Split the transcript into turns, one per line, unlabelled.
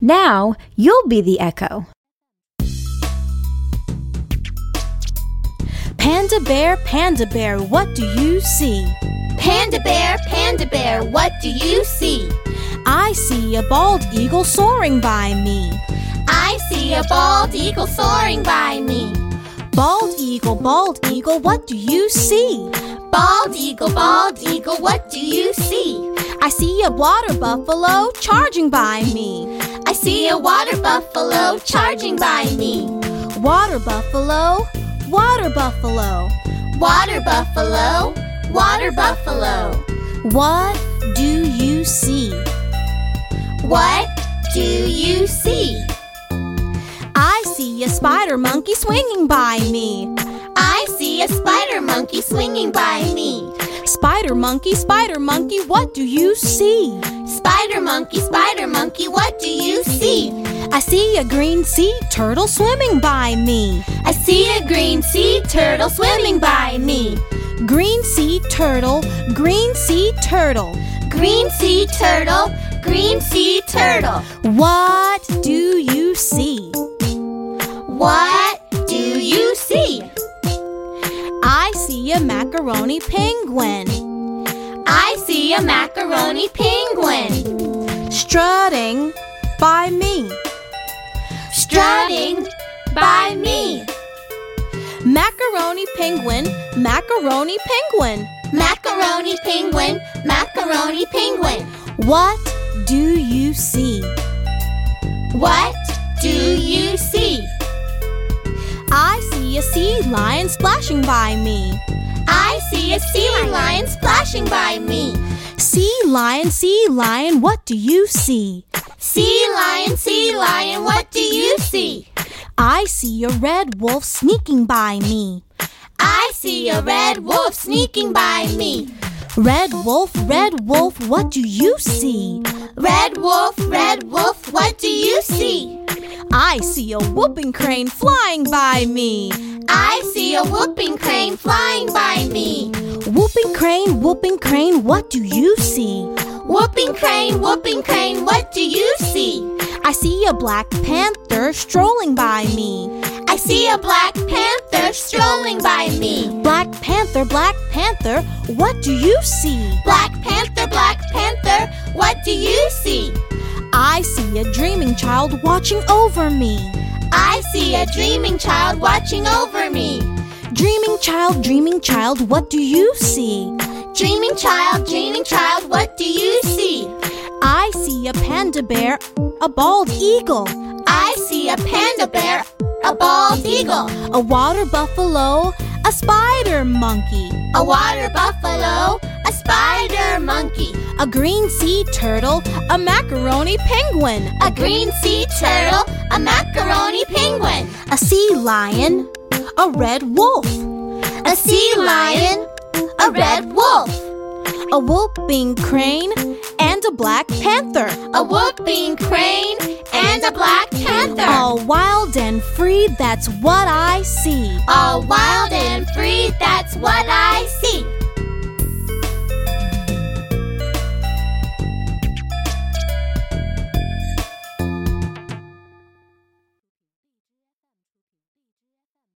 Now you'll be the echo.
Panda bear, panda bear, what do you see?
Panda bear, panda bear, what do you see?
I see a bald eagle soaring by me.
I see a bald eagle soaring by me.
Bald eagle, bald eagle, what do you see?
Bald eagle, bald eagle, what do you see?
I see a water buffalo charging by me.
I see a water buffalo charging by me.
Water buffalo, water buffalo,
Water buffalo, water buffalo,
what do you see?
what do you see?
I see a spider monkey swinging by me.
I see a spider monkey swinging by me.
Spider monkey, spider monkey, what do you see?
Spider monkey, spider monkey, what do you see?
I see a green sea turtle swimming by me.
I see a green sea turtle swimming by me.
Green sea turtle, green sea turtle,
Green sea turtle, green sea turtle,
what do you see?
what do you see?
I see a macaroni penguin
I see a macaroni penguin
strutting by me.
strutting by me.
Macaroni penguin, macaroni penguin,
Macaroni penguin, macaroni penguin,
what do you see?
what do you see?
I see a sea lion splashing by me.
I see a sea lion splashing by me.
Sea lion, sea lion, what do you see?
Sea lion, sea lion, what do you see?
I see a red wolf sneaking by me.
I see a red wolf sneaking by me.
Red wolf, red wolf, what do you see?
Red wolf, red wolf, what do you see?
I see a whooping crane flying by me.
I see a whooping crane flying by me.
Whooping crane, whooping crane, what do you see?
Whooping crane, whooping crane, what do you see?
I see a black panther strolling by me.
I see a black panther strolling by me.
Black panther, black panther, what do you see?
Black panther, black panther, what do you see?
I see a dreaming child watching over me.
I see a dreaming child watching over me.
Dreaming child, dreaming child, what do you see?
Dreaming child, dreaming child, what do you see?
I see a panda bear, a bald eagle,
I see a panda bear, a bald eagle,
a water buffalo, a spider monkey,
a water buffalo, a spider monkey,
a green sea turtle, a macaroni penguin,
a green sea turtle, a macaroni penguin,
a sea lion, a red wolf,
a sea lion, a red wolf,
a whooping crane, and a black panther.
a whooping crane, and a black panther.
All wild and free, that's what I see.
All wild and free, that's what I